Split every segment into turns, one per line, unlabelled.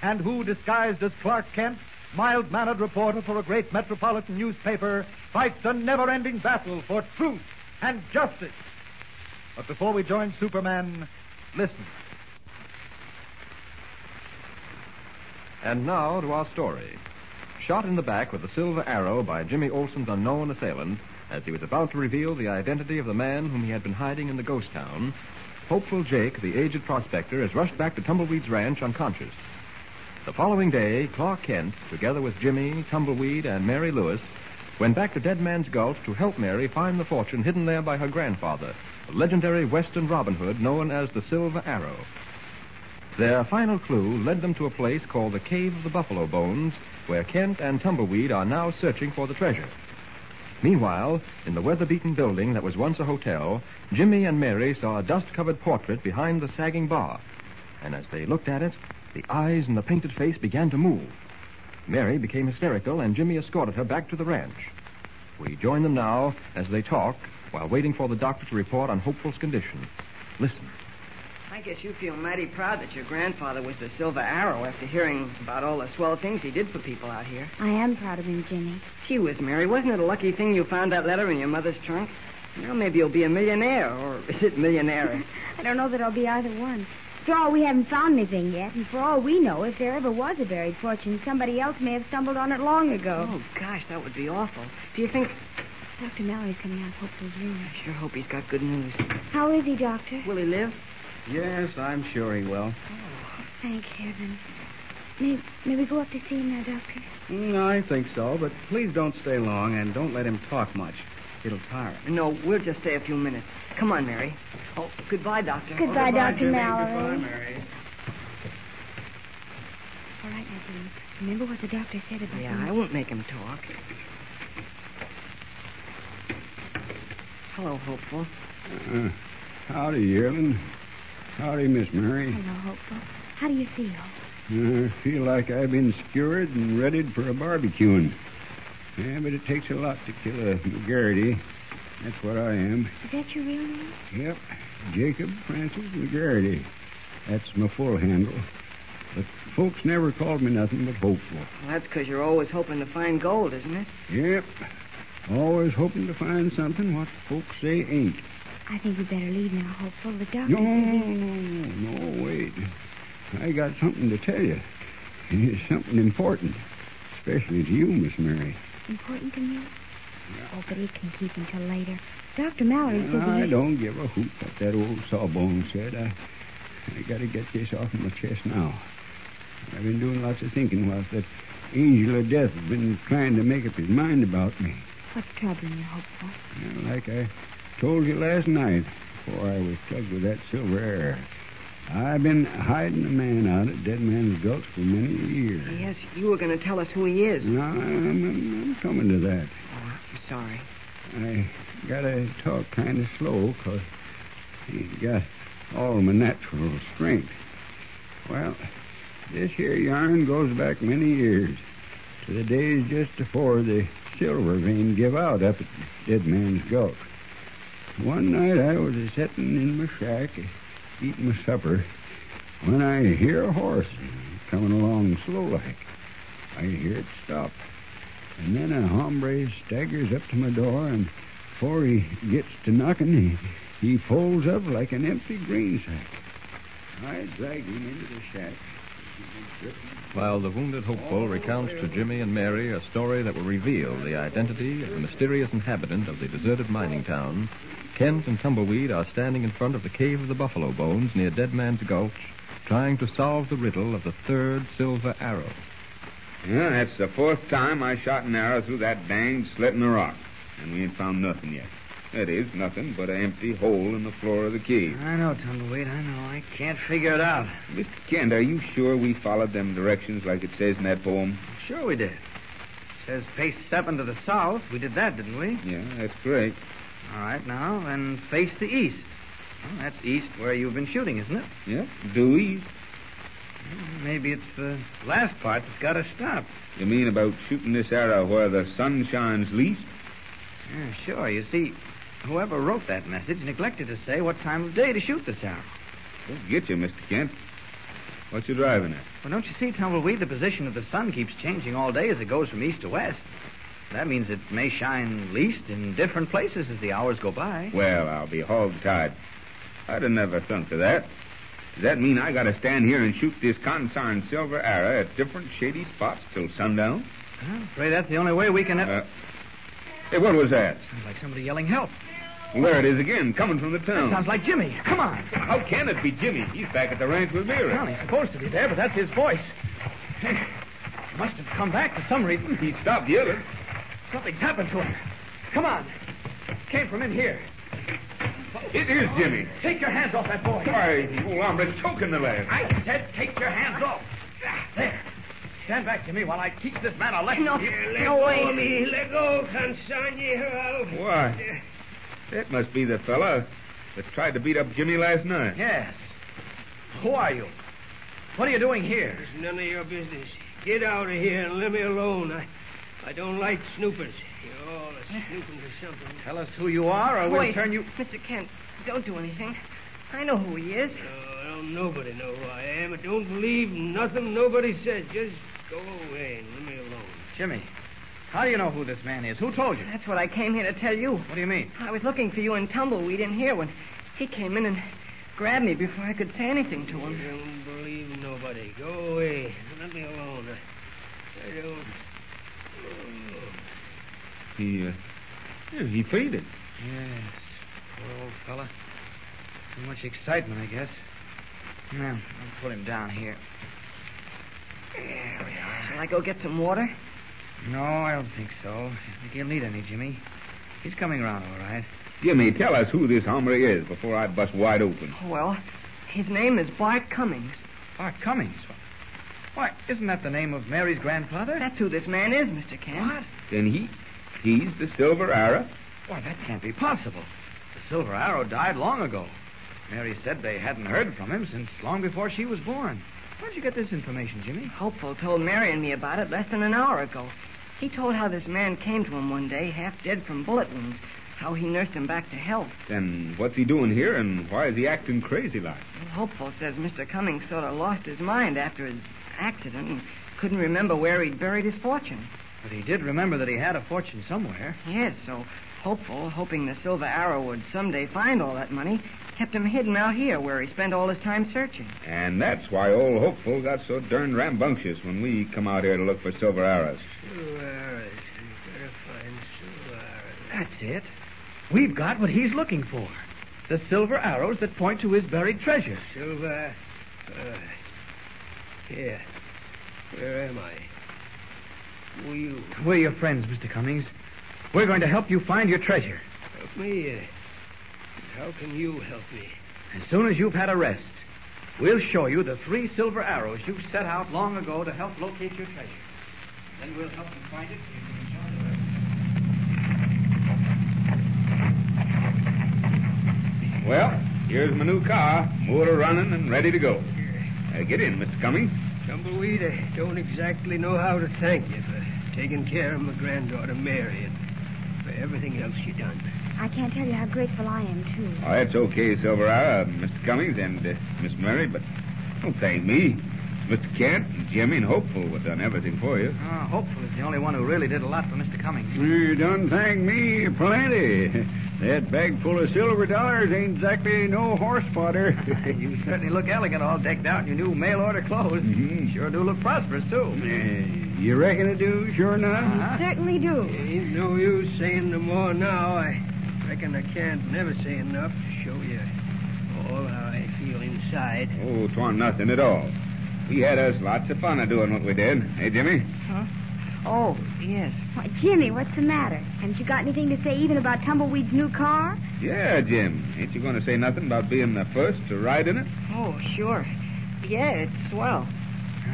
and who, disguised as Clark Kent, mild mannered reporter for a great metropolitan newspaper, fights a never ending battle for truth and justice. But before we join Superman, listen.
And now to our story. Shot in the back with a silver arrow by Jimmy Olsen's unknown assailant as he was about to reveal the identity of the man whom he had been hiding in the ghost town, hopeful Jake, the aged prospector, is rushed back to Tumbleweed's ranch unconscious. The following day, Clark Kent, together with Jimmy, Tumbleweed, and Mary Lewis, went back to Dead Man's Gulch to help Mary find the fortune hidden there by her grandfather, the legendary Western Robin Hood known as the Silver Arrow. Their final clue led them to a place called the Cave of the Buffalo Bones, where Kent and Tumbleweed are now searching for the treasure. Meanwhile, in the weather beaten building that was once a hotel, Jimmy and Mary saw a dust covered portrait behind the sagging bar. And as they looked at it, the eyes in the painted face began to move. Mary became hysterical, and Jimmy escorted her back to the ranch. We join them now as they talk while waiting for the doctor to report on Hopeful's condition. Listen.
I guess you feel mighty proud that your grandfather was the Silver Arrow after hearing about all the swell things he did for people out here.
I am proud of him, Jimmy.
She was, Mary. Wasn't it a lucky thing you found that letter in your mother's trunk? Now maybe you'll be a millionaire, or is it millionaires?
I don't know that I'll be either one. After all, we haven't found anything yet, and for all we know, if there ever was a buried fortune, somebody else may have stumbled on it long ago.
oh, gosh, that would be awful. Do you think...
Dr. Mallory's coming out of Hopeful's room.
I sure hope he's got good news.
How is he, Doctor?
Will he live?
Yes, I'm sure he will.
Thank heaven. May, may we go up to see him now, Doctor?
Mm, I think so, but please don't stay long and don't let him talk much. It'll tire him.
No, we'll just stay a few minutes. Come on, Mary. Oh, goodbye, Doctor.
Goodbye, Dr. Mallory.
Mary.
All right, now, Jimmy. Remember what the doctor said about
Oh, Yeah, I
him.
won't make him talk. Hello, Hopeful.
Uh, howdy, Irvin. Howdy, Miss Mary.
Hello, Hopeful. How do you feel?
I Uh, feel like I've been skewered and readied for a barbecuing. Yeah, but it takes a lot to kill a McGarity. That's what I am.
Is that your real name?
Yep, Jacob Francis McGarity. That's my full handle. But folks never called me nothing but hopeful.
Well, that's because you're always hoping to find gold, isn't it?
Yep. Always hoping to find something what folks say ain't.
I think we better leave now, Hopeful. The doctor.
No, no, no, no, no, wait. I got something to tell you. It's something important, especially to you, Miss Mary.
Important to me? Oh, but it can keep until later. Dr. Mallory said that
I
he-
don't give a hoot what that old sawbone said. I, I got to get this off my chest now. I've been doing lots of thinking whilst that angel of death has been trying to make up his mind about me.
What's troubling you, Hopeful?
Now, Like I told you last night, before I was plugged with that silver air, I've been hiding a man out at Dead Man's Gulch for many years.
Yes, you were going to tell us who he is.
No, I'm, I'm- I'm coming to that.
Oh, I'm sorry.
I gotta talk kind of slow, 'cause ain't got all my natural strength. Well, this here yarn goes back many years to the days just before the silver vein give out up at Dead Man's Gulch. One night I was a setting in my shack, eating my supper, when I hear a horse coming along slow like. I hear it stop. And then a hombre staggers up to my door, and before he gets to knocking, he, he folds up like an empty green sack. I drag him into the shack,
While the wounded hopeful recounts to Jimmy and Mary a story that will reveal the identity of the mysterious inhabitant of the deserted mining town, Kent and Tumbleweed are standing in front of the Cave of the Buffalo Bones near Dead Man's Gulch, trying to solve the riddle of the third silver arrow.
Yeah, that's the fourth time I shot an arrow through that danged slit in the rock, and we ain't found nothing yet. That is, nothing but an empty hole in the floor of the cave.
I know, Tumbleweed. I know. I can't figure it out.
Mr. Kent, are you sure we followed them directions like it says in that poem?
Sure we did. says face seven to the south. We did that, didn't we?
Yeah, that's correct.
All right, now, then face the east. Well, that's east where you've been shooting, isn't it?
Yeah, due east.
Well, Maybe it's the last part that's got us stopped.
You mean about shooting this arrow where the sun shines least?
Yeah, sure. You see, whoever wrote that message neglected to say what time of day to shoot this arrow.
We'll get you, Mr. Kent. What you driving at?
Well, don't you see, Tumbleweed, the position of the sun keeps changing all day as it goes from east to west. That means it may shine least in different places as the hours go by.
Well, I'll be hog-tied. I'd have never thunk of that. Does that mean I gotta stand here and shoot this consigned silver arrow at different shady spots till sundown?
I'm afraid that's the only way we can. e-
Uh, hey, what was that?
sounds like somebody yelling help.
There it is again, coming from the town.
That sounds like Jimmy. Come on.
How can it be Jimmy? He's back at the ranch with
Well,
Vera.
he's supposed to be there, but that's his voice. Hey, must have come back for some reason.
He stopped the other.
Something's happened to him. Come on. Came from in here.
It is Jimmy.
Take your hands off that boy.
Why, the old hombre's choking the lad.
I said take your hands off. There. Stand back, Jimmy, while I teach this man a lesson. No,
no go way. of
me. Let go,
Why? That must be the fella that tried to beat up Jimmy last night.
Yes. Who are you? What are you doing here?
It's none of your business. Get out of here and let me alone. I, I don't like snoopers. You're all
Eh?
a snooping for something.
Tell us who you are, or we'll
Wait,
turn you.
Mr. Kent, don't do anything. I know who he is.
No, I don't nobody know who I am. I don't believe nothing nobody says. Just go away and let me alone.
Jimmy, how do you know who this man is? Who told you?
That's what I came here to tell you.
What do you mean?
I was looking for you in Tumbleweed in here when he came in and grabbed me before I could say anything to
I
him.
don't believe nobody. Go away. Let me alone. I, I don't.
He, uh, yeah, he fainted.
Yes. Poor old fella. Too much excitement, I guess. Now, I'll put him down here. There we are.
Shall I go get some water?
No, I don't think so. I think he'll need any, Jimmy. He's coming around all right.
Jimmy, tell us who this hombre is before I bust wide open.
Oh, well, his name is Bart Cummings.
Bart Cummings. Why, isn't that the name of Mary's grandfather?
That's who this man is, Mr. Kent.
What?
Then he, he's the silver arrow.
Why, that can't be possible. The Silver Arrow Oh, died long ago. Mary said they hadn't heard from him since long before she was born. Where'd you get this information, Jimmy?
Hopeful told Mary and me about it less than an hour ago. He told how this man came to him one day, half dead from bullet wounds, how he nursed him back to health.
Then what's he doing here, and why is he acting crazy like?
Well, Hopeful says Mr. Cummings sort of lost his mind after his accident and couldn't remember where he'd buried his fortune.
But he did remember that he had a fortune somewhere.
Yes, so Hopeful, hoping the Silver Arrow would someday find all that money, kept him hidden out here where he spent all his time searching.
And that's why old Hopeful got so darn rambunctious when we come out here to look for silver arrows.
Sue Harris. You gotta find Sue Harris.
That's it. We've got what he's looking for. The silver arrows that point to his buried treasure.
Silver. Uh, here. Where am I? Who are you?
We're your friends, Mr. Cummings. We're going to help you find your treasure
Help me. uh, How can you help me?
as soon as you've had a rest. We'll show you the three silver arrows you set out long ago to help locate your treasure. Then we'll help you find it.
Well, here's my new car, motor running and ready to go. Uh, get in, Mr. Cummings.
Tumbleweed, I don't exactly know how to thank you for taking care of my granddaughter, Mary, and for everything else you done.
I can't tell you how grateful I am, too.
Oh,
uh,
that's okay, Silver Arrow, Mr. Cummings and uh, Miss Murray, but don't thank me.
Mr. Kent and Jimmy and Hopeful have done everything for you.
Uh, Hopeful is the only one who really did a lot for Mr. Cummings.
You done thank me plenty. That bag full of silver dollars ain't exactly no horse fodder.
you certainly look elegant all decked out in your new mail order clothes.
Mm-hmm,
Sure do look prosperous, too.
you reckon it do, sure enough?
Uh-huh.
certainly do. Ain't no use saying no more now. I reckon I can't never say enough to show you all how I feel inside.
Oh, 'twa'n't nothing at all. We had us lots of fun a doing what we did. Hey, Jimmy?
Huh? Oh, yes. Why, Jimmy, what's the matter? Haven't you got anything to say even about Tumbleweed's new car?
Yeah, Jim. Ain't you going to say nothing about being the first to ride in it?
Oh, sure. Yeah, it's swell.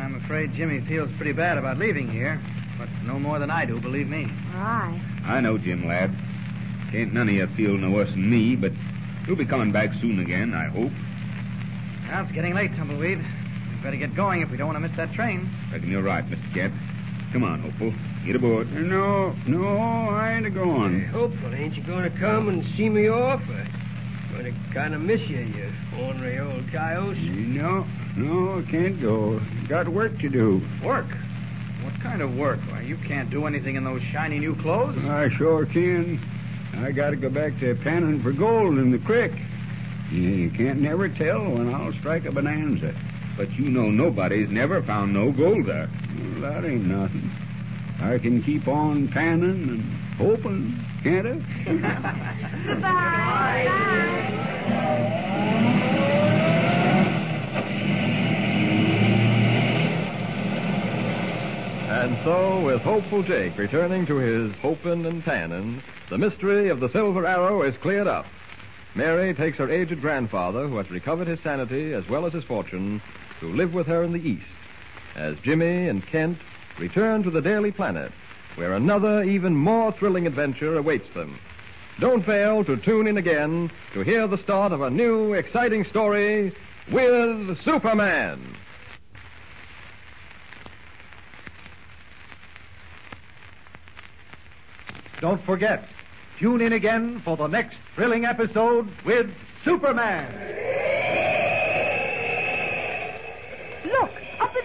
I'm afraid Jimmy feels pretty bad about leaving here, but no more than I do, believe me.
Why?
I know, Jim, lad. Can't none of you feel no worse than me, but you'll be coming back soon again, I hope.
Now, it's getting late, Tumbleweed. We better get going if we don't want to miss that train.
Reckon you're right, Mr. Kent. Come on, Hopeful. Get aboard.
No, no, I ain't a
Hey, hopeful, ain't you going to come and see me off? I'm going to kind of miss you, you ornery old coyote.
No, no, I can't go. Got work to do.
Work? What kind of work? Why, you can't do anything in those shiny new clothes.
I sure can. I got to go back to panning for gold in the creek. You, you can't never tell when I'll strike a bonanza.
But you know nobody's never found no gold there.
Well, that ain't nothing. I can keep on panning and hoping, can't I?
And so, with Hopeful Jake returning to his hopin' and pannin', the mystery of the Silver Arrow is cleared up. Mary takes her aged grandfather, who has recovered his sanity as well as his fortune, to live with her in the East, as Jimmy and Kent return to the Daily Planet, where another, even more thrilling adventure awaits them. Don't fail to tune in again to hear the start of a new, exciting story with Superman.
Don't forget, tune in again for the next thrilling episode with Superman.
Look, up in